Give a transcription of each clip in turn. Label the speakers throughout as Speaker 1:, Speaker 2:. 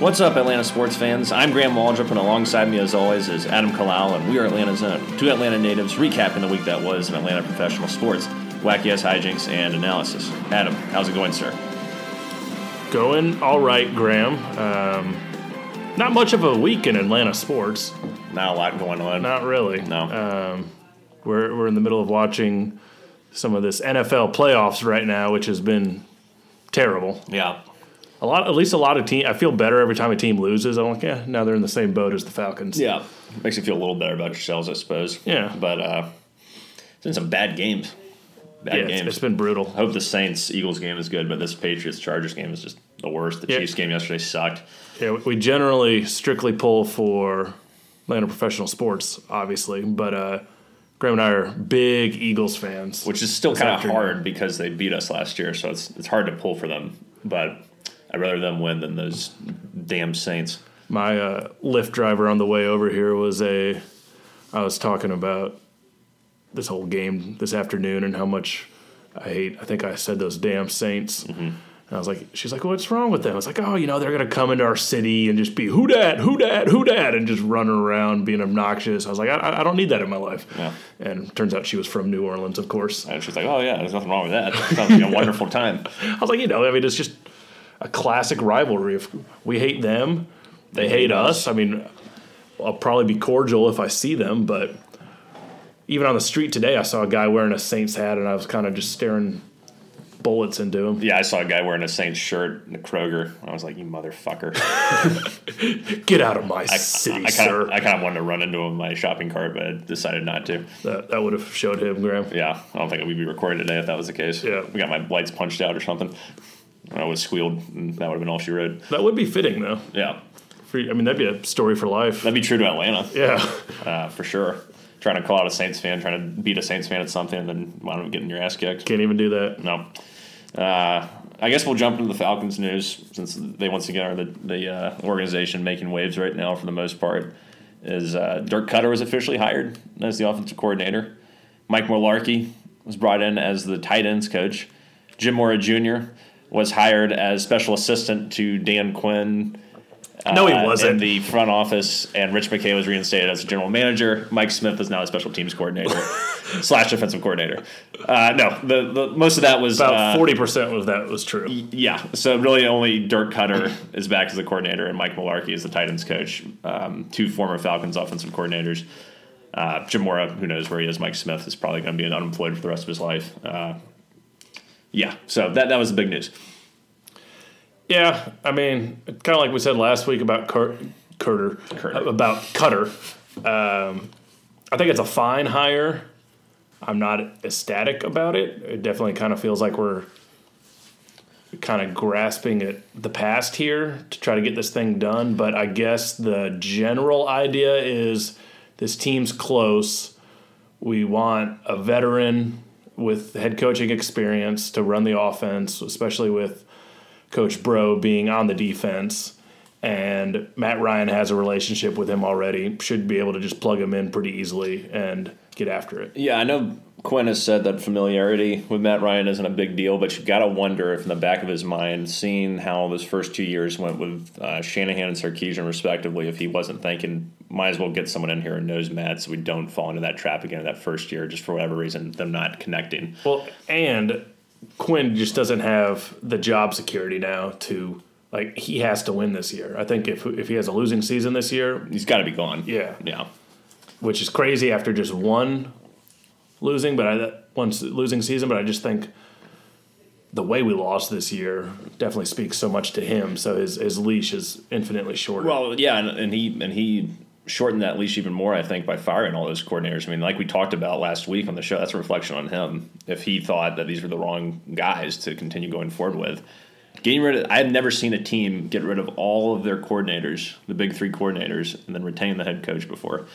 Speaker 1: What's up, Atlanta sports fans? I'm Graham Waldrop, and alongside me, as always, is Adam Kalal, and we are Atlanta Zone, two Atlanta natives recapping the week that was in Atlanta professional sports, wacky ass hijinks, and analysis. Adam, how's it going, sir?
Speaker 2: Going all right, Graham. Um, not much of a week in Atlanta sports.
Speaker 1: Not a lot going on.
Speaker 2: Not really.
Speaker 1: No.
Speaker 2: Um, we're, we're in the middle of watching some of this NFL playoffs right now, which has been terrible.
Speaker 1: Yeah.
Speaker 2: A lot, at least a lot of team. I feel better every time a team loses. I'm like, yeah, now they're in the same boat as the Falcons.
Speaker 1: Yeah. Makes you feel a little better about yourselves, I suppose.
Speaker 2: Yeah.
Speaker 1: But uh, it's been some bad games. Bad
Speaker 2: Yeah, it's-
Speaker 1: games.
Speaker 2: it's been brutal.
Speaker 1: I hope the Saints Eagles game is good, but this Patriots Chargers game is just the worst. The
Speaker 2: Yeah.
Speaker 1: Chiefs game yesterday sucked.
Speaker 2: Yeah, we- we generally strictly pull for Atlanta professional sports, obviously, but uh, Graham and I are big Eagles fans.
Speaker 1: which is still
Speaker 2: This
Speaker 1: kind of
Speaker 2: afternoon.
Speaker 1: hard because they beat us last year, so it's it's hard to pull for them. But I'd rather them win than those damn Saints.
Speaker 2: my uh, Lyft driver on the way over here was a. I was talking about this whole game this afternoon and how much I hate. I think I said those damn Saints. And I was like, she's like, what's wrong with them? I was like, oh, you know, they're gonna come into our city and just be who dat, who dat, who dat, and just run around being obnoxious. I was like, I- I, I don't need that in my life.
Speaker 1: Yeah.
Speaker 2: And turns out she was from New Orleans, of course.
Speaker 1: And she's like, "Oh yeah, there's nothing wrong with that. Sounds like a wonderful time."
Speaker 2: I was like, you know, I mean, it's just a classic rivalry. If we hate them, they hate us. I mean, I'll probably be cordial if I see them, but even on the street today, I saw a guy wearing a Saints hat, and I was kind of just staring bullets into him.
Speaker 1: Yeah, I saw a guy wearing a Saints shirt in a Kroger, and I was like, "You motherfucker!"
Speaker 2: Get out of my
Speaker 1: I
Speaker 2: city,
Speaker 1: kind
Speaker 2: sir.
Speaker 1: of I kind of wanted to run into him in my shopping cart, but I decided not to.
Speaker 2: that, that would have showed him, Graham.
Speaker 1: Yeah, I don't think we'd be recording today if that was the case.
Speaker 2: Yeah.
Speaker 1: we got my lights punched out or something. And I was squealed, and that would have been all she read.
Speaker 2: That would be fitting, though.
Speaker 1: Yeah,
Speaker 2: For, I mean, that'd be a story for life.
Speaker 1: that'd be true to Atlanta.
Speaker 2: Yeah.
Speaker 1: uh, for sure. Trying to call out a Saints fan, trying to beat a Saints fan at something, and then wound up getting your ass kicked.
Speaker 2: Can't even do that.
Speaker 1: No. Uh, I guess we'll jump into the Falcons news since they once again are the, the uh, organization making waves right now for the most part. Is uh, Dirk Cutter was officially hired as the offensive coordinator. Mike Mularkey was brought in as the tight ends coach. Jim Mora Jr. was hired as special assistant to Dan Quinn
Speaker 2: no, he
Speaker 1: uh, In
Speaker 2: wasn't.
Speaker 1: the front office, and Rich McKay was reinstated as general manager. Mike Smith is now a special teams coordinator slash defensive coordinator. Uh, no, the, the most of that was
Speaker 2: About
Speaker 1: uh,
Speaker 2: forty percent of that was true.
Speaker 1: yeah. So really, only Dirk Cutter is back as the coordinator, and Mike Mularkey is the Titans coach. Um, two former Falcons offensive coordinators. Uh, Jim Mora, who knows where he is? Mike Smith is probably going to be unemployed for the rest of his life. Uh, yeah. So that that was the big news.
Speaker 2: Yeah, I mean, kind of like we said last week about Cur- Curter, uh,
Speaker 1: Curter.
Speaker 2: about Cutter. Um, I think it's a fine hire. I'm not ecstatic about it. It definitely kind of feels like we're kind of grasping at the past here to try to get this thing done. But I guess the general idea is this team's close. We want a veteran with head coaching experience to run the offense, especially with Coach Bro being on the defense, and Matt Ryan has a relationship with him already, should be able to just plug him in pretty easily and get after it.
Speaker 1: Yeah, I know Quinn has said that familiarity with Matt Ryan isn't a big deal, but you got to wonder if, in the back of his mind, seeing how those first two years went with uh, Shanahan and Sarkeesian, respectively, if he wasn't thinking, might as well get someone in here who knows Matt so we don't fall into that trap again that first year, just for whatever reason, them not connecting.
Speaker 2: Well, and Quinn just doesn't have the job security now to like he has to win this year. I think if if he has a losing season this year,
Speaker 1: He's got to be gone.
Speaker 2: Yeah.
Speaker 1: Yeah.
Speaker 2: which is crazy after just one losing, but I that one s- losing season. But I just think the way we lost this year definitely speaks so much to him. So his his leash is infinitely shorter.
Speaker 1: Well, yeah, and, and he and he shortened that leash even more, I think, by firing all those coordinators. I mean, like we talked about last week on the show, that's a reflection on him. If he thought that these were the wrong guys to continue going forward with, getting rid of, I had never seen a team get rid of all of their coordinators, the big three coordinators, and then retain the head coach before.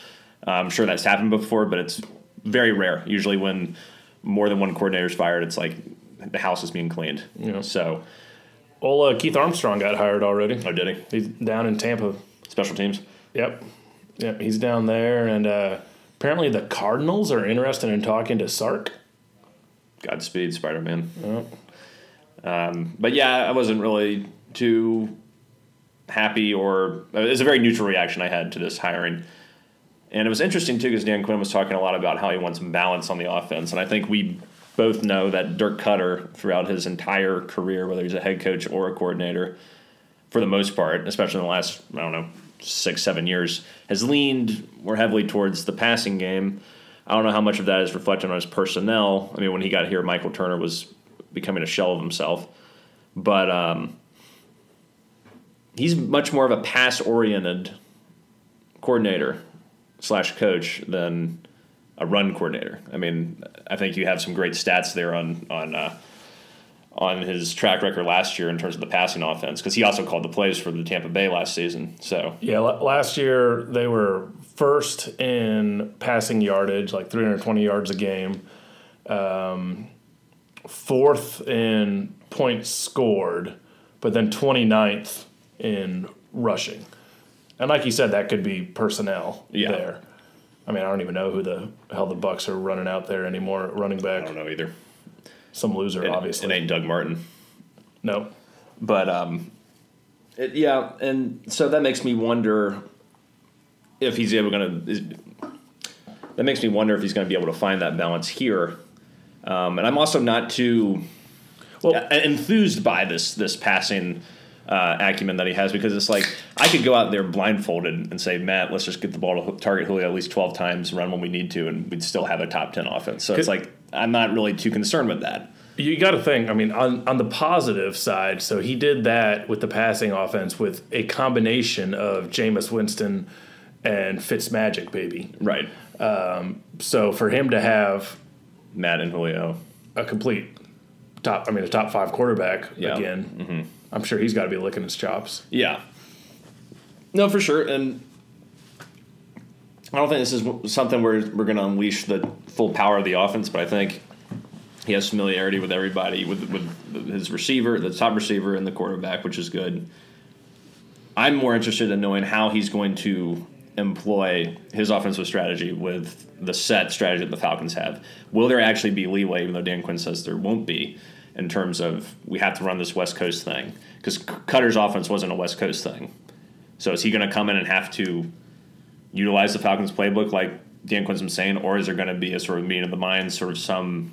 Speaker 1: Uh, I'm sure that's happened before, but it's very rare. Usually, when more than one coordinator is fired, it's like the house is being cleaned.
Speaker 2: Yeah.
Speaker 1: So,
Speaker 2: Ola uh, Keith Armstrong got hired already.
Speaker 1: oh, did he?
Speaker 2: He's down in Tampa.
Speaker 1: Special teams.
Speaker 2: Yep. Yep, he's down there and uh, apparently the Cardinals are interested in talking to Sark.
Speaker 1: Godspeed, Spider Man. Um, but yeah, I wasn't really too happy or it was a very neutral reaction I had to this hiring. And it was interesting too because Dan Quinn was talking a lot about how he wants balance on the offense, and I think we both know that Dirk Cutter, throughout his entire career, whether he's a head coach or a coordinator, for the most part, especially in the last I don't know six seven years, has leaned more heavily towards the passing game. I don't know how much of that is reflected on his personnel. I mean, when he got here, Michael Turner was becoming a shell of himself, but um, he's much more of a pass oriented coordinator slash coach than a run coordinator. I mean, I think you have some great stats there on on uh, on his track record last year in terms of the passing offense because he also called the plays for the Tampa Bay last season. So
Speaker 2: Yeah, la- last year they were first in passing yardage, like 320 yards a game, um, fourth in points scored, but then 29th in rushing. And like you said, that could be personnel
Speaker 1: Yeah.
Speaker 2: there. I mean, I don't even know who the hell the Bucks are running out there anymore. at Running
Speaker 1: I don't
Speaker 2: back,
Speaker 1: know either.
Speaker 2: some loser,
Speaker 1: It-
Speaker 2: obviously.
Speaker 1: it ain't Doug Martin.
Speaker 2: no,
Speaker 1: But um, it, yeah, and so that makes me wonder if he's ever going to. That makes me wonder if he's going to be able to find that balance here. Um, and I'm also not too
Speaker 2: Well-
Speaker 1: en- enthused by this this passing uh, acumen that he has because it's like I could go out there blindfolded and say, Matt, let's just get the ball to target Julio at least 12 times, run when we need to, and we'd still have a top 10 offense. So it's
Speaker 2: Could-
Speaker 1: like I'm not really too concerned with that.
Speaker 2: You got to think. I mean, on on the positive side, so he did that with the passing offense with a combination of Jameis Winston and Fitzmagic, baby.
Speaker 1: Right.
Speaker 2: So for him to have
Speaker 1: Matt and Julio.
Speaker 2: a complete top, I mean, a top five quarterback
Speaker 1: Yeah.
Speaker 2: again, I'm sure he's got to be licking his chops.
Speaker 1: Yeah. No, for sure, and I don't think this is w- something where we're going to unleash the full power of the offense, but I think he has familiarity with everybody, with with his receiver, the top receiver, and the quarterback, which is good. I'm more interested in knowing how he's going to employ his offensive strategy with the set strategy that the Falcons have. Will there actually be leeway, even though Dan Quinn says there won't be, in terms of we have to run this West Coast thing? Because Cutter's offense wasn't a West Coast thing. So is he going to come in and have to utilize the Falcons playbook like Dan Quinn's been saying, or is there going to be a sort of meeting of the minds, sort of some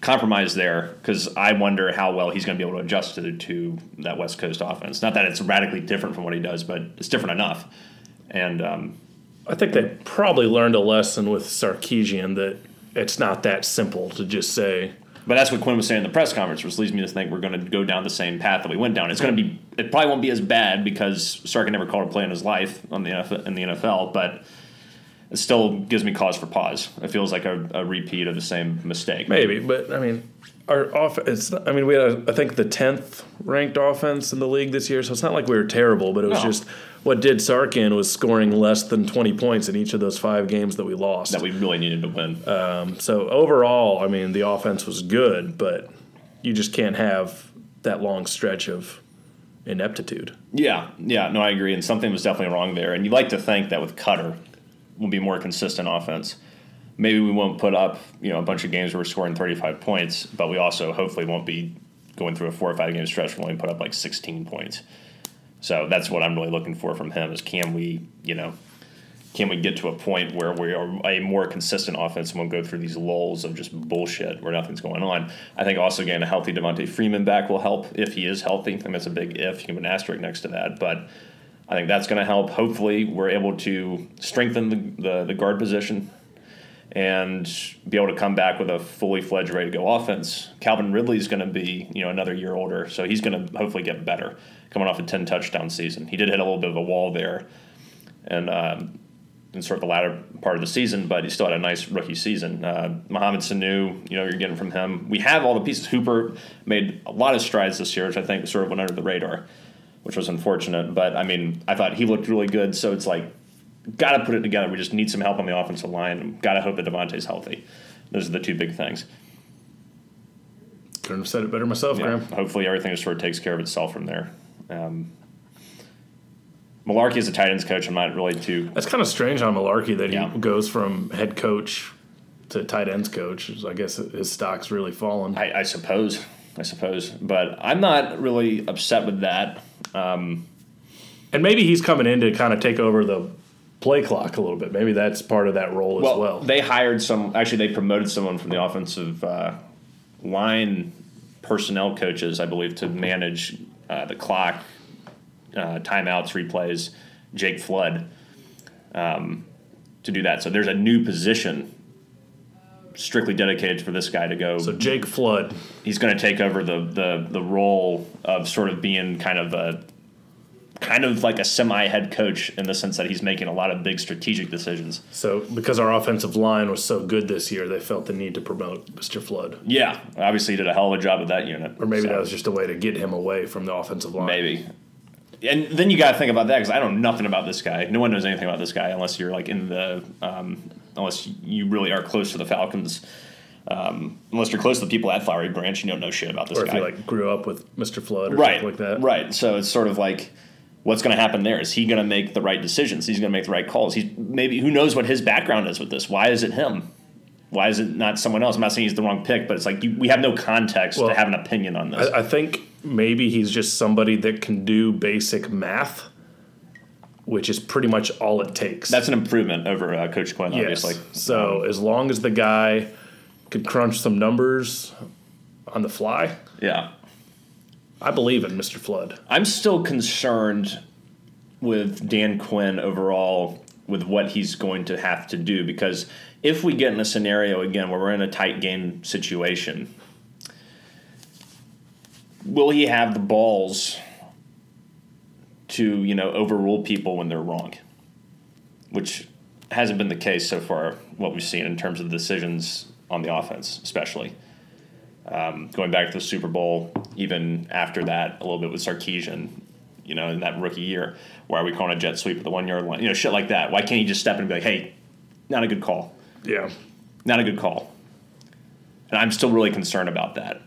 Speaker 1: compromise there? Because I wonder how well he's going to be able to adjust to, to that West Coast offense. Not that it's radically different from what he does, but it's different enough. And um,
Speaker 2: I think they probably learned a lesson with Sarkeesian that it's not that simple to just say
Speaker 1: but that's what Quinn was saying in the press conference, which leads me to think we're going to go down the same path that we went down. It's going to be it probably won't be as bad because Sarkin never called a play in his life on the NFL, in the NFL, but. It still gives me cause for pause. It feels like a, a repeat of the same mistake.
Speaker 2: Maybe, but I mean, our off. It's. I mean, we had I think the tenth ranked offense in the league this year, so it's not like we were terrible. But it was
Speaker 1: No.
Speaker 2: just what did Sarkin was scoring less than twenty points in each of those five games that we lost.
Speaker 1: that we really needed to win.
Speaker 2: so overall, I mean, the offense was good, but you just can't have that long stretch of ineptitude.
Speaker 1: yeah, yeah, no, I agree. And something was definitely wrong there. And you'd like to think that with Cutter, we'll be more consistent offense. Maybe we won't put up you know a bunch of games where we're scoring 35 points, but we also hopefully won't be going through a four or five game stretch where we only put up like 16 points. So that's what I'm really looking for from him is can we you know can we get to a point where we are a more consistent offense and won't go through these lulls of just bullshit where nothing's going on? I think also getting a healthy Devontae Freeman back will help if he is healthy. I think that's a big if. You can put an asterisk next to that, but I think that's going to help. Hopefully, we're able to strengthen the, the, the guard position and be able to come back with a fully fledged, ready to go offense. Calvin Ridley's going to be you know another year older, so he's going to hopefully get better coming off a 10 touchdown season. He did hit a little bit of a wall there. And um, in sort of the latter part of the season, but he still had a nice rookie season. Uh, Mohamed Sanu, you know, you're getting from him. We have all the pieces. Hooper made a lot of strides this year, which I think sort of went under the radar, which was unfortunate. But I mean, I thought he looked really good. So it's like, got to put it together. We just need some help on the offensive line. Got to hope that Devontae's healthy. Those are the two big things.
Speaker 2: Couldn't have said it better myself,
Speaker 1: Yeah,
Speaker 2: Graham.
Speaker 1: Hopefully, everything just sort of takes care of itself from there. Um, Malarkey is a tight ends coach. I'm not really too
Speaker 2: That's kind of strange on Malarkey that
Speaker 1: Yeah.
Speaker 2: he goes from head coach to tight ends coach. I guess his stock's really fallen.
Speaker 1: I, I suppose. I suppose. But I'm not really upset with that. Um,
Speaker 2: And maybe he's coming in to kind of take over the play clock a little bit. Maybe that's part of that role as
Speaker 1: Well,
Speaker 2: well.
Speaker 1: they hired some. Actually, they promoted someone from the offensive uh, line personnel coaches, I believe, to manage uh, the clock, uh, timeouts, replays. Jake Flood um, to do that. So there's a new position strictly dedicated for this guy to go.
Speaker 2: so Jake Flood,
Speaker 1: he's going to take over the, the the role of sort of being kind of a kind of like a semi head coach in the sense that he's making a lot of big strategic decisions.
Speaker 2: so because our offensive line was so good this year, they felt the need to promote Mr. Flood.
Speaker 1: Yeah, obviously he did a hell of a job at that unit.
Speaker 2: Or maybe
Speaker 1: so,
Speaker 2: that was just a way to get him away from the offensive line.
Speaker 1: maybe. And then you got to think about that because I know nothing about this guy. No one knows anything about this guy unless you're like in the um, unless you really are close to the Falcons. Um, unless you're close to the people at Flowery Branch, you don't know shit about this
Speaker 2: Or if
Speaker 1: guy.
Speaker 2: you like grew up with Mr. Flood or
Speaker 1: right,
Speaker 2: something like that.
Speaker 1: right. So it's sort of like what's going to happen there? Is he going to make the right decisions? He's going to make the right calls. He's maybe who knows what his background is with this? Why is it him? Why is it not someone else? I'm not saying he's the wrong pick, but it's like you, we have no context
Speaker 2: Well,
Speaker 1: to have an opinion on this.
Speaker 2: I, I think maybe he's just somebody that can do basic math, which is pretty much all it takes.
Speaker 1: That's an improvement over uh, Coach Quinn, obviously. um,
Speaker 2: So as long as the guy could crunch some numbers on the fly,
Speaker 1: Yeah.
Speaker 2: I believe in Mr. Flood.
Speaker 1: I'm still concerned with Dan Quinn overall with what he's going to have to do because if we get in a scenario again where we're in a tight game situation, will he have the balls to, you know, overrule people when they're wrong? Which hasn't been the case so far, what we've seen in terms of decisions on the offense, especially Um, going back to the Super Bowl, even after that, a little bit with Sarkeesian, you know, in that rookie year. Why are we calling a jet sweep at the one yard line? You know, shit like that. Why can't he just step in and be like, hey, not a good call,
Speaker 2: Yeah.
Speaker 1: not a good call? And I'm still really concerned about that.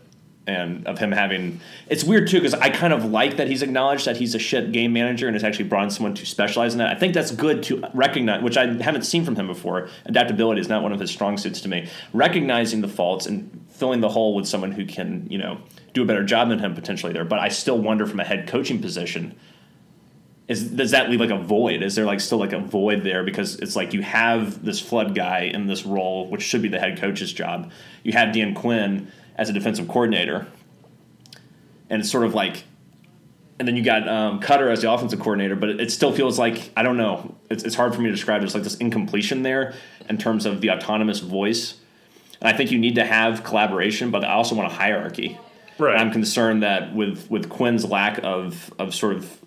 Speaker 1: And of him having, it's weird too because I kind of like that he's acknowledged that he's a shit game manager and has actually brought in someone to specialize in that. I think that's good to recognize, which I haven't seen from him before. Adaptability is not one of his strong suits to me. Recognizing the faults and filling the hole with someone who can, you know, do a better job than him potentially there. But I still wonder from a head coaching position, is does that leave like a void? Is there like still like a void there because it's like you have this flood guy in this role, which should be the head coach's job. You have Dan Quinn as a defensive coordinator, and it's sort of like, and then you got um, Cutter as the offensive coordinator, but it, it still feels like I don't know. It's it's hard for me to describe. There's like this incompletion there in terms of the autonomous voice, and I think you need to have collaboration, but I also want a hierarchy.
Speaker 2: Right.
Speaker 1: And I'm concerned that with with Quinn's lack of of sort of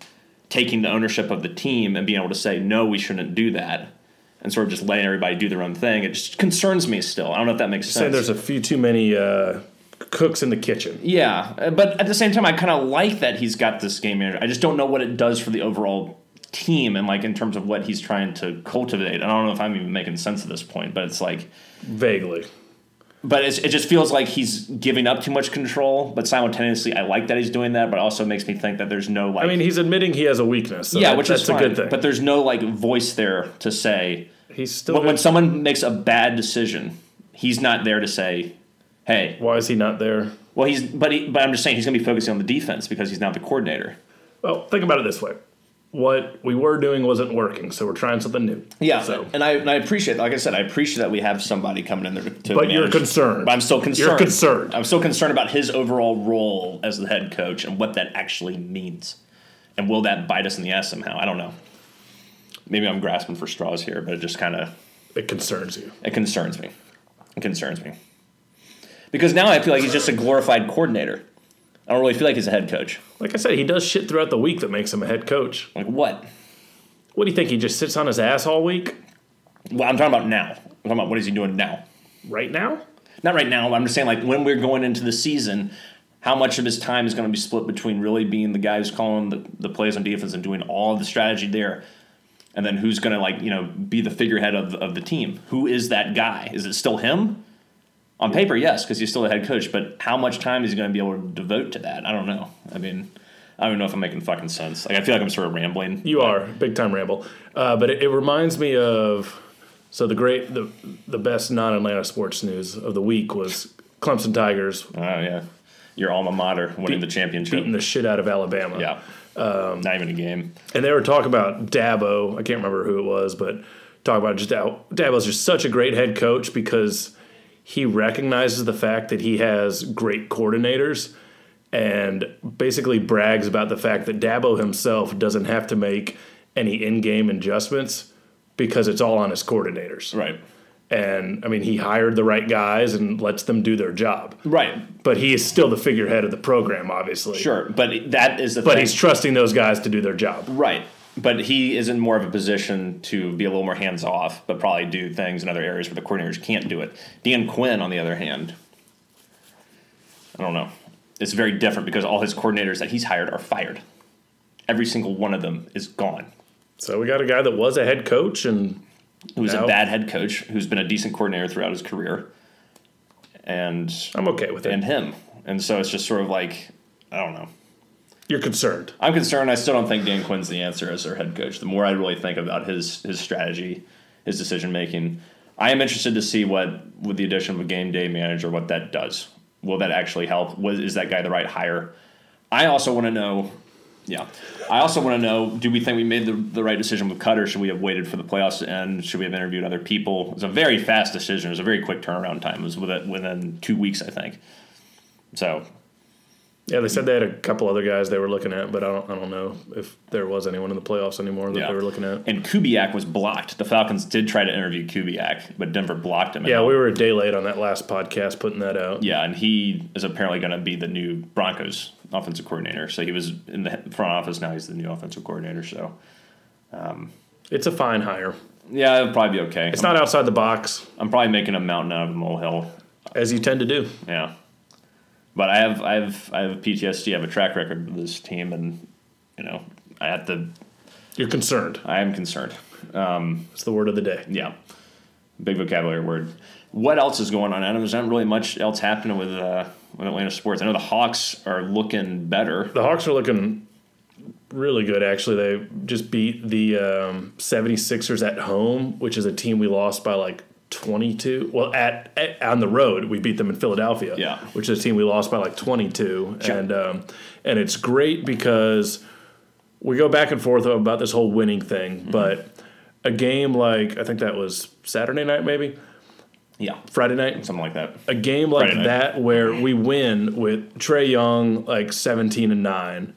Speaker 1: taking the ownership of the team and being able to say no, we shouldn't do that, and sort of just letting everybody do their own thing. It just concerns me still. I don't know if that makes sense.
Speaker 2: Saying there's a few too many uh, cooks in the kitchen.
Speaker 1: yeah, uh, but at the same time, I kind of like that he's got this game manager. I just don't know what it does for the overall team and like in terms of what he's trying to cultivate. And I don't know if I'm even making sense at this point, but it's like.
Speaker 2: Vaguely.
Speaker 1: but it's, it just feels like he's giving up too much control. But simultaneously, I like that he's doing that, but also makes me think that there's no like,
Speaker 2: I mean, he's admitting he has a weakness. So
Speaker 1: yeah,
Speaker 2: that-
Speaker 1: which
Speaker 2: that's
Speaker 1: is fine,
Speaker 2: a good thing.
Speaker 1: But there's no like voice there to say
Speaker 2: he's still.
Speaker 1: when, when someone makes a bad decision, he's not there to say, "Hey,
Speaker 2: why is he not there?
Speaker 1: well, he's." But he, but I'm just saying he's going to be focusing on the defense because he's not the coordinator.
Speaker 2: Well, think about it this way. What we were doing wasn't working, so we're trying something new.
Speaker 1: Yeah,
Speaker 2: So,
Speaker 1: and I and I appreciate, like I said, I appreciate that we have somebody coming in there to. to
Speaker 2: But you're
Speaker 1: manage-
Speaker 2: concerned.
Speaker 1: But I'm still concerned.
Speaker 2: concerned.
Speaker 1: I'm still concerned about his overall role as the head coach and what that actually means, and will that bite us in the ass somehow? I don't know. Maybe I'm grasping for straws here, but it just kind of
Speaker 2: it concerns you.
Speaker 1: it concerns me. It concerns me because now I feel like he's just a glorified coordinator. I don't really feel like he's a head coach.
Speaker 2: Like I said, he does shit throughout the week that makes him a head coach.
Speaker 1: Like what?
Speaker 2: What do you think? He just sits on his ass all week?
Speaker 1: Well, I'm talking about now. I'm talking about what is he doing now?
Speaker 2: Right now?
Speaker 1: not right now. but I'm just saying, like when we're going into the season, how much of his time is going to be split between really being the guy who's calling the, the plays on defense and doing all the strategy there, and then who's going to like you know be the figurehead of of the team? Who is that guy? Is it still him? On paper, yes, because he's still the head coach. But how much time is he going to be able to devote to that? I don't know. I mean, I don't even know if I'm making fucking sense. Like I feel like I'm sort of rambling.
Speaker 2: You are big time ramble, uh, but it, it reminds me of so the great the the best non Atlanta sports news of the week was Clemson Tigers
Speaker 1: Oh yeah, your alma mater winning the championship.
Speaker 2: beating the shit out of Alabama.
Speaker 1: Yeah. Not even a game.
Speaker 2: And they were talking about Dabo. I can't remember who it was, but talk about just how Dabo's just such a great head coach because he recognizes the fact that he has great coordinators and basically brags about the fact that Dabo himself doesn't have to make any in-game adjustments because it's all on his coordinators.
Speaker 1: Right.
Speaker 2: And I mean, he hired the right guys and lets them do their job.
Speaker 1: Right.
Speaker 2: But he is still the figurehead of the program, obviously.
Speaker 1: Sure. But that is the
Speaker 2: But
Speaker 1: thing.
Speaker 2: he's trusting those guys to do their job.
Speaker 1: Right. But he is in more of a position to be a little more hands off, but probably do things in other areas where the coordinators can't do it. Dan Quinn, on the other hand, I don't know. It's very different because all his coordinators that he's hired are fired. Every single one of them is gone.
Speaker 2: So we got a guy that was a head coach, and
Speaker 1: Who's
Speaker 2: No.
Speaker 1: a bad head coach, who's been a decent coordinator throughout his career, and
Speaker 2: I'm okay with it.
Speaker 1: and him. And so it's just sort of like I don't know.
Speaker 2: You're concerned.
Speaker 1: I'm concerned. I still don't think Dan Quinn's the answer as their head coach. The more I really think about his his strategy, his decision making, I am interested to see what with the addition of a game day manager, what that does. Will that actually help? Was is that guy the right hire? I also want to know. Yeah, I also want to know. Do we think we made the, the right decision with Cutter? Should we have waited for the playoffs to end? Should we have interviewed other people? It was a very fast decision. It was a very quick turnaround time. It was within, within two weeks, I think. So
Speaker 2: Yeah, they said they had a couple other guys they were looking at, but I don't, I don't know if there was anyone in the playoffs anymore that
Speaker 1: Yeah.
Speaker 2: they were looking at.
Speaker 1: And Kubiak was blocked. The Falcons did try to interview Kubiak, but Denver blocked him.
Speaker 2: Yeah, we were a day late on that last podcast putting that out.
Speaker 1: Yeah, and he is apparently going to be the new Broncos offensive coordinator. So he was in the front office. Now he's the new offensive coordinator. So
Speaker 2: It's a fine hire.
Speaker 1: yeah, it'll probably be okay.
Speaker 2: It's
Speaker 1: I'm,
Speaker 2: not outside the box,
Speaker 1: I'm probably making a mountain out of a molehill.
Speaker 2: as you tend to do.
Speaker 1: Yeah, but I have I have I have PTSD. I have a track record with this team, and you know I have to.
Speaker 2: You're concerned.
Speaker 1: I am concerned.
Speaker 2: It's the word of the day.
Speaker 1: Yeah. Big vocabulary word. What else is going on, Adam? There's not really much else happening with uh, with Atlanta sports. I know the Hawks are looking better.
Speaker 2: The Hawks are looking really good, actually. They just beat the um, 76ers at home, which is a team we lost by like 22. Well, at, at- on the road, we beat them in Philadelphia,
Speaker 1: Yeah.
Speaker 2: which is a team we lost by like 22.
Speaker 1: Sure.
Speaker 2: And, um, and it's great because we go back and forth about this whole winning thing, but a game like, I think that was Saturday night, maybe?
Speaker 1: Yeah,
Speaker 2: Friday night?
Speaker 1: something like that.
Speaker 2: a game like
Speaker 1: Friday night.
Speaker 2: that where we win with Trey Young like 17 and 9.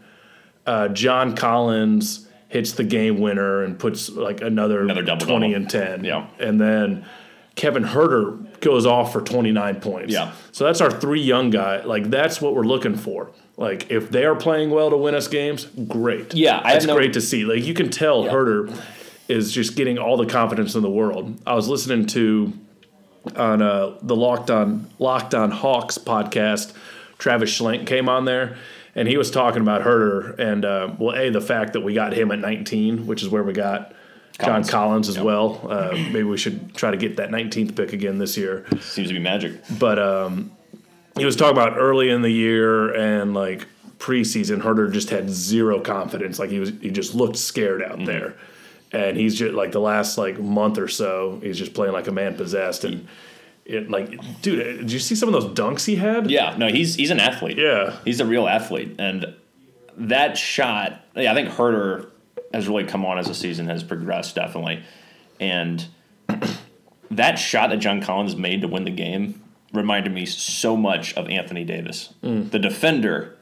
Speaker 2: Uh, John Collins hits the game winner and puts like another,
Speaker 1: Another double-double.
Speaker 2: 20 and 10.
Speaker 1: Yeah.
Speaker 2: And then Kevin Herter goes off for 29 points.
Speaker 1: Yeah.
Speaker 2: So that's our three young guy. Like that's what we're looking for. Like if they are playing well to win us games, great.
Speaker 1: Yeah, I have
Speaker 2: that's
Speaker 1: no-
Speaker 2: great to see. Like you can tell Herter is just getting all the confidence in the world. I was listening to on uh, the Locked On Locked On Hawks podcast. Travis Schlenk came on there, and he was talking about Herder and uh, well, a the fact that we got him at 19, which is where we got
Speaker 1: Collins.
Speaker 2: John Collins as well. Uh, maybe we should try to get that 19th pick again this year.
Speaker 1: Seems to be magic.
Speaker 2: But um, he was talking about early in the year and like preseason, Herder just had zero confidence. Like he was, he just looked scared out
Speaker 1: Mm-hmm.
Speaker 2: there. And he's just like the last like month or so, he's just playing like a man possessed. And it like, dude, uh, did you see some of those dunks he had?
Speaker 1: Yeah, no, he's he's an athlete.
Speaker 2: Yeah.
Speaker 1: he's a real athlete, and that shot. Yeah, I think Herder has really come on as the season has progressed, definitely, and that shot that John Collins made to win the game reminded me so much of Anthony Davis. The defender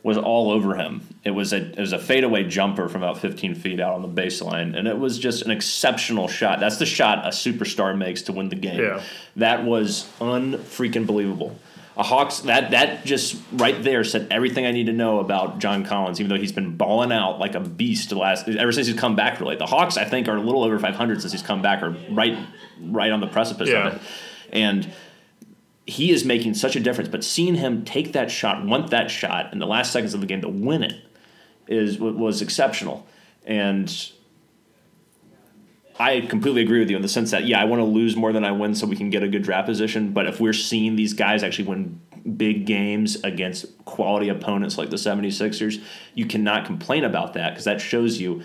Speaker 1: was all over him. It was a it was a fadeaway jumper from about 15 feet out on the baseline, and it was just an exceptional shot. That's the shot a superstar makes to win the game.
Speaker 2: Yeah.
Speaker 1: That was unfreaking believable. A Hawks that that just right there said everything I need to know about John Collins, even though he's been balling out like a beast the last ever since he's come back. Really, the Hawks I think are a little over 500 since he's come back, or right right on the precipice
Speaker 2: Yeah.
Speaker 1: of it, and he is making such a difference. But seeing him take that shot, want that shot in the last seconds of the game to win it, is wa- was exceptional. And I completely agree with you in the sense that yeah, I want to lose more than I win so we can get a good draft position. But if we're seeing these guys actually win big games against quality opponents like the 76ers, you cannot complain about that because that shows you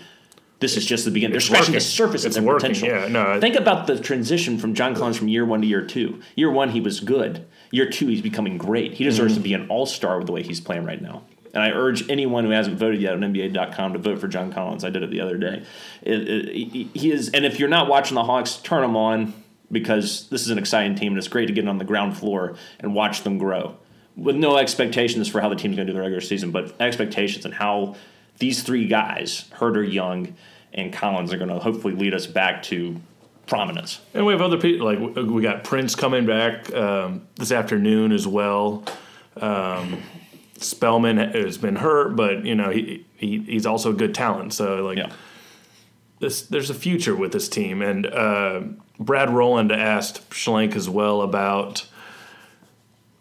Speaker 1: this is just the beginning. They're scratching
Speaker 2: working.
Speaker 1: the surface
Speaker 2: It's
Speaker 1: of their
Speaker 2: working,
Speaker 1: potential.
Speaker 2: yeah, no, I-
Speaker 1: Think about the transition from John Collins from year one to year two.
Speaker 2: Mm-hmm.
Speaker 1: Year one, he was good. Year two, he's becoming great. He deserves to be an all star with the way he's playing right now. And I urge anyone who hasn't voted yet on NBA.com to vote for John Collins. I did it the other day. It, it, he- he is, and if you're not watching the Hawks, turn them on because this is an exciting team and it's great to get on the ground floor and watch them grow with no expectations for how the team's going to do the regular season, but expectations and how these three guys, Herder, Young, and Collins, are going to hopefully lead us back to prominence.
Speaker 2: And we have other people like w- we got Prince coming back um, this afternoon as well. Um, Spellman has been hurt, but you know he, he he's also a good talent. So like
Speaker 1: Yeah.
Speaker 2: this, there's a future with this team. And uh, Brad Rowland asked Schlenk as well about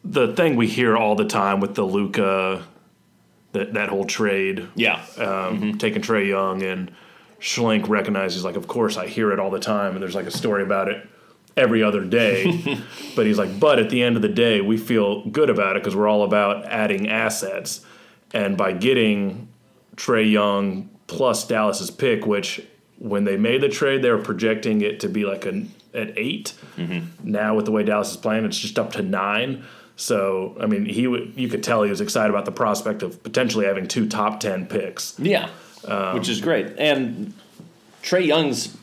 Speaker 2: the thing we hear all the time with the Luca, that that whole trade
Speaker 1: Yeah.
Speaker 2: um, taking Trey Young and Schlink recognizes like, of course, I hear it all the time, and there's like a story about it every other day. but he's like, but at the end of the day, we feel good about it because we're all about adding assets, and by getting Trey Young plus Dallas's pick, which when they made the trade, they were projecting it to be like an at 8 Now with the way Dallas is playing, it's just up to nine. So I mean, he would you could tell he was excited about the prospect of potentially having two top ten picks.
Speaker 1: Yeah,
Speaker 2: Um,
Speaker 1: which is great. And Trey Young's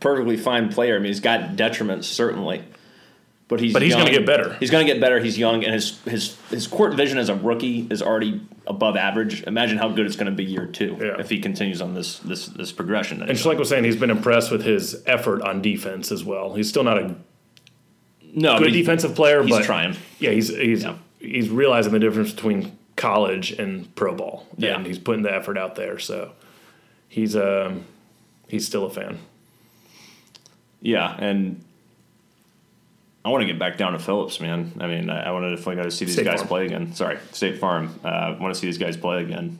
Speaker 1: perfectly fine player. I mean, he's got detriments certainly, but he's
Speaker 2: But he's
Speaker 1: young.
Speaker 2: gonna get better.
Speaker 1: He's going to get better. He's young, and his his his court vision as a rookie is already above average. Imagine how good it's going to be year two
Speaker 2: Yeah.
Speaker 1: if he continues on this this this progression. That
Speaker 2: And
Speaker 1: he's
Speaker 2: Schlenk was saying he's been impressed with his effort on defense as well. He's still not a
Speaker 1: on. no
Speaker 2: good
Speaker 1: but he-
Speaker 2: defensive player,
Speaker 1: He's
Speaker 2: but
Speaker 1: trying.
Speaker 2: Yeah, he's he's
Speaker 1: Yeah.
Speaker 2: he's realizing the difference between college and pro ball,
Speaker 1: Yeah.
Speaker 2: and he's putting the effort out there. So he's um he's still a fan.
Speaker 1: Yeah, and I want to get back down to Phillips, man. I mean, I, I want to definitely go to see these
Speaker 2: State
Speaker 1: guys
Speaker 2: Farm.
Speaker 1: play again. Sorry, State Farm. Uh, I want to see these guys play again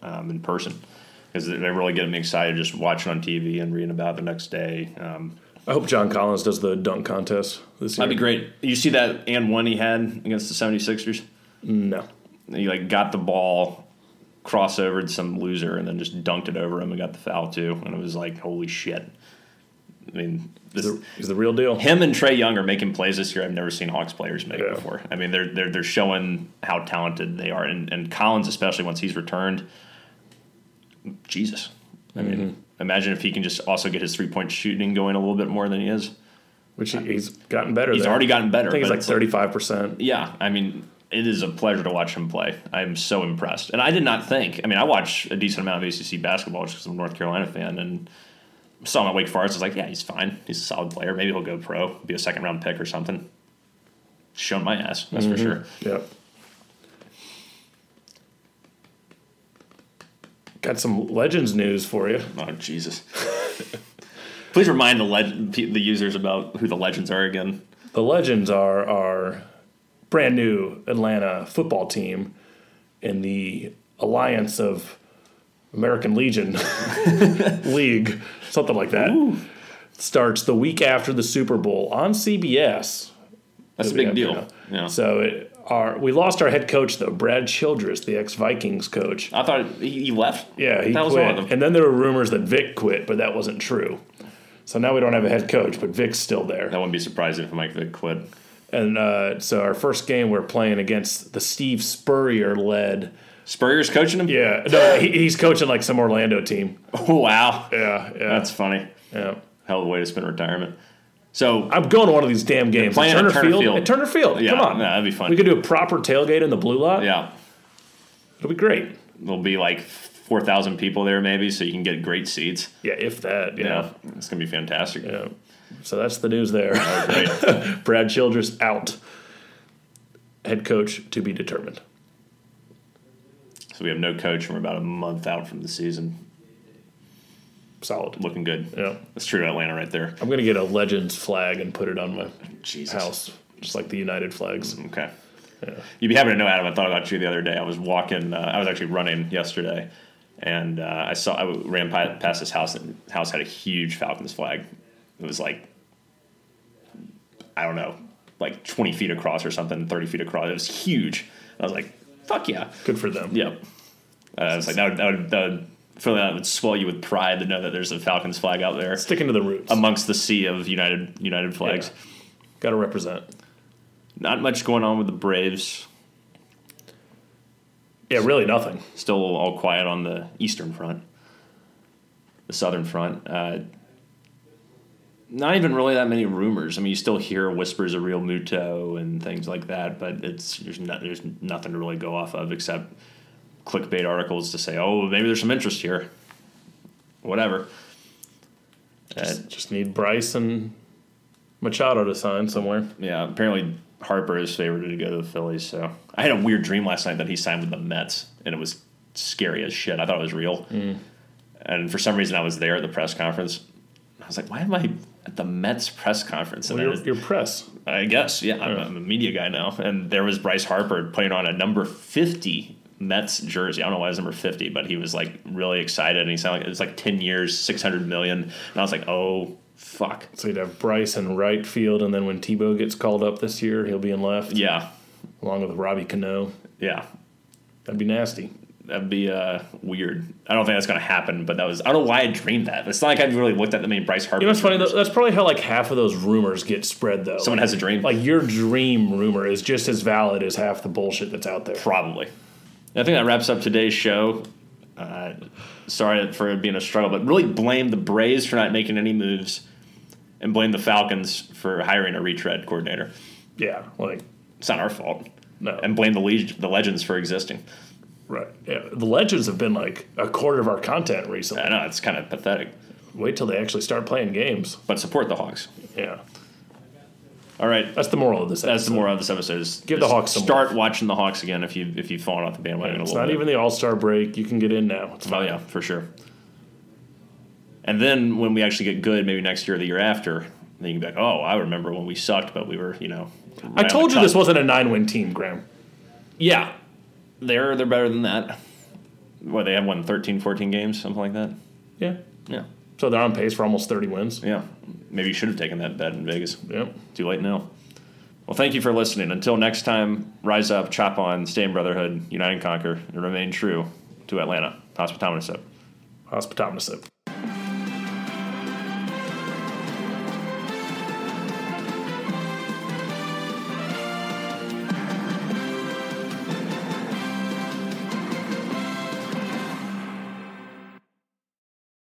Speaker 1: um, in person because they they really get me excited just watching on TV and reading about it the next day. Um,
Speaker 2: I hope John Collins does the dunk contest this year.
Speaker 1: that'd be great. You see that and one he had against the 76ers?
Speaker 2: No,
Speaker 1: He like got the ball, crossovered some loser, and then just dunked it over him and got the foul too. And it was like, holy shit. I mean, this,
Speaker 2: The- he's the real deal.
Speaker 1: him and Trey Young are making plays this year I've never seen Hawks players make
Speaker 2: Yeah.
Speaker 1: before. I mean, they're they're they're showing how talented they are, and and Collins especially once he's returned. Jesus, I mean,
Speaker 2: Mm-hmm.
Speaker 1: imagine if he can just also get his three point shooting going a little bit more than he is.
Speaker 2: Which he, he's gotten better.
Speaker 1: He's
Speaker 2: there.
Speaker 1: already gotten better.
Speaker 2: I think he's
Speaker 1: but
Speaker 2: like
Speaker 1: it's
Speaker 2: thirty five percent.
Speaker 1: yeah, I mean, it is a pleasure to watch him play. I'm so impressed. And I did not think, I mean, I watch a decent amount of ACC basketball just because I'm a North Carolina fan and saw him at Wake Forest. I was like, yeah, he's fine. He's a solid player. Maybe he'll go pro, be a second round pick or something. Shown my ass, that's
Speaker 2: Mm-hmm.
Speaker 1: for sure.
Speaker 2: Yep. Got some legends news for you.
Speaker 1: Oh, Jesus. Please remind the leg- pe- the users about who the legends are again.
Speaker 2: The Legends are our brand new Atlanta football team in the Alliance of American Legion League, something like that. Starts the week after the Super Bowl on CBS.
Speaker 1: That's a
Speaker 2: we
Speaker 1: big
Speaker 2: have
Speaker 1: deal.
Speaker 2: now.
Speaker 1: Yeah.
Speaker 2: So it, our we lost our head coach though, Brad Childress, the ex Vikings coach.
Speaker 1: I thought he he left.
Speaker 2: Yeah, he
Speaker 1: that
Speaker 2: quit.
Speaker 1: was one of them.
Speaker 2: And then there were rumors that Vic quit, but that wasn't true. So now we don't have a head coach, but Vic's still there.
Speaker 1: That wouldn't be surprising if Mike Vick quit.
Speaker 2: And uh, so our first game, we're playing against the Steve Spurrier led.
Speaker 1: Spurrier's coaching him?
Speaker 2: Yeah, no, he, he's coaching like some Orlando team.
Speaker 1: wow.
Speaker 2: Yeah, yeah,
Speaker 1: That's funny.
Speaker 2: yeah.
Speaker 1: Hell of a way to spend retirement. So
Speaker 2: I'm going to one of these damn games.
Speaker 1: playing at
Speaker 2: Turner,
Speaker 1: Turner
Speaker 2: Field.
Speaker 1: Field.
Speaker 2: At Turner Field.
Speaker 1: yeah,
Speaker 2: Come on,
Speaker 1: no, that'd be fun.
Speaker 2: we could do a proper tailgate in the blue lot.
Speaker 1: yeah,
Speaker 2: it'll be great.
Speaker 1: there'll be like four thousand people there maybe, so you can get great seats.
Speaker 2: Yeah, if that.
Speaker 1: Yeah,
Speaker 2: Yeah.
Speaker 1: it's gonna be fantastic.
Speaker 2: yeah. So that's the news there.
Speaker 1: Great.
Speaker 2: Brad Childress out. Head coach to be determined.
Speaker 1: so we have no coach, and we're about a month out from the season.
Speaker 2: Solid.
Speaker 1: Looking good.
Speaker 2: Yeah.
Speaker 1: That's true, Atlanta, right there.
Speaker 2: I'm gonna get a Legends flag and put it on my
Speaker 1: Jesus. Mm.
Speaker 2: house, just like the United flags.
Speaker 1: Okay. You'd be happy to know, Adam. I thought about you the other day. I was walking. Uh, I was actually running yesterday, and uh, I saw I ran pi- past this house, and the house had a huge Falcons flag. It was like, I don't know, like twenty feet across or something, thirty feet across. It was huge. I was like, fuck yeah,
Speaker 2: Good for them.
Speaker 1: yep. Uh, I was like, that would, that would, that would feel that would swell you with pride to know that there's a Falcons flag out there
Speaker 2: Sticking to the roots.
Speaker 1: amongst the sea of United United flags.
Speaker 2: Got to represent.
Speaker 1: Not much going on with the Braves.
Speaker 2: Yeah, really nothing.
Speaker 1: Still all quiet on the eastern front, the southern front. Uh, not even really that many rumors. I mean, you still hear whispers of Real Muto and things like that, but it's there's no, there's nothing to really go off of except clickbait articles to say, oh, maybe there's some interest here. Whatever. Uh,
Speaker 2: Just, just need Bryce and Machado to sign somewhere.
Speaker 1: yeah, apparently Harper is favored to go to the Phillies. So I had a weird dream last night that he signed with the Mets, and it was scary as shit. I thought it was real, and for some reason I was there at the press conference. I was like, why am I at the Mets press conference? And
Speaker 2: Well,
Speaker 1: I
Speaker 2: your,
Speaker 1: was-
Speaker 2: your press.
Speaker 1: I guess, yeah, I'm, I'm a media guy now. And there was Bryce Harper putting on a number 50 Mets jersey. I don't know why it was number 50, but he was like really excited and he sounded like it was like 10 years, 600 million. And I was like, oh, fuck.
Speaker 2: So you'd have Bryce in right field, and then when Tebow gets called up this year, he'll be in left,
Speaker 1: Yeah,
Speaker 2: along with Robbie Cano.
Speaker 1: yeah.
Speaker 2: That'd be nasty.
Speaker 1: That'd be uh, weird. I don't think that's going to happen, but that was, I don't know why I dreamed that. It's not like I've really looked at that many Bryce Harper.
Speaker 2: You know what's funny?
Speaker 1: dreams.
Speaker 2: Though? That's probably how like half of those rumors get spread, though.
Speaker 1: Someone has a dream.
Speaker 2: like your dream rumor is just as valid as half the bullshit that's out there.
Speaker 1: Probably. I think that wraps up today's show. Uh, sorry for it being a struggle, but really blame the Braves for not making any moves and blame the Falcons for hiring a retread coordinator.
Speaker 2: Yeah, like
Speaker 1: It's not our fault.
Speaker 2: no,
Speaker 1: And blame the, leg- the Legends for existing.
Speaker 2: right? Yeah, the legends have been like a quarter of our content recently.
Speaker 1: I know, it's kind of pathetic,
Speaker 2: Wait till they actually start playing games.
Speaker 1: but support the Hawks.
Speaker 2: Yeah,
Speaker 1: All right.
Speaker 2: that's the moral of this.
Speaker 1: That's the more of this episode. Is
Speaker 2: Give the
Speaker 1: just
Speaker 2: Hawks some
Speaker 1: Start watching the Hawks again if, you, if you've fallen off the bandwagon a
Speaker 2: It's
Speaker 1: little
Speaker 2: not
Speaker 1: bit.
Speaker 2: even the All Star break. You can get in now. It's
Speaker 1: Oh
Speaker 2: fine.
Speaker 1: yeah, for sure. And then when we actually get good, maybe next year or the year after, then you can be like, oh, I remember when we sucked, but we were, you know.
Speaker 2: I
Speaker 1: right on
Speaker 2: told
Speaker 1: the
Speaker 2: you this
Speaker 1: cusp."
Speaker 2: wasn't a nine win team, Graham.
Speaker 1: Yeah, they're they're better than that. What they have won 13, 14 games, something like that.
Speaker 2: Yeah.
Speaker 1: Yeah,
Speaker 2: So they're on pace for almost thirty wins.
Speaker 1: yeah. Maybe you should have taken that bet in Vegas.
Speaker 2: Yep.
Speaker 1: Too late now. Well, thank you for listening. Until next time, rise up, chop on, stay in brotherhood, unite and conquer, and remain true to Atlanta. Hospitometer up.
Speaker 2: Hospitometer.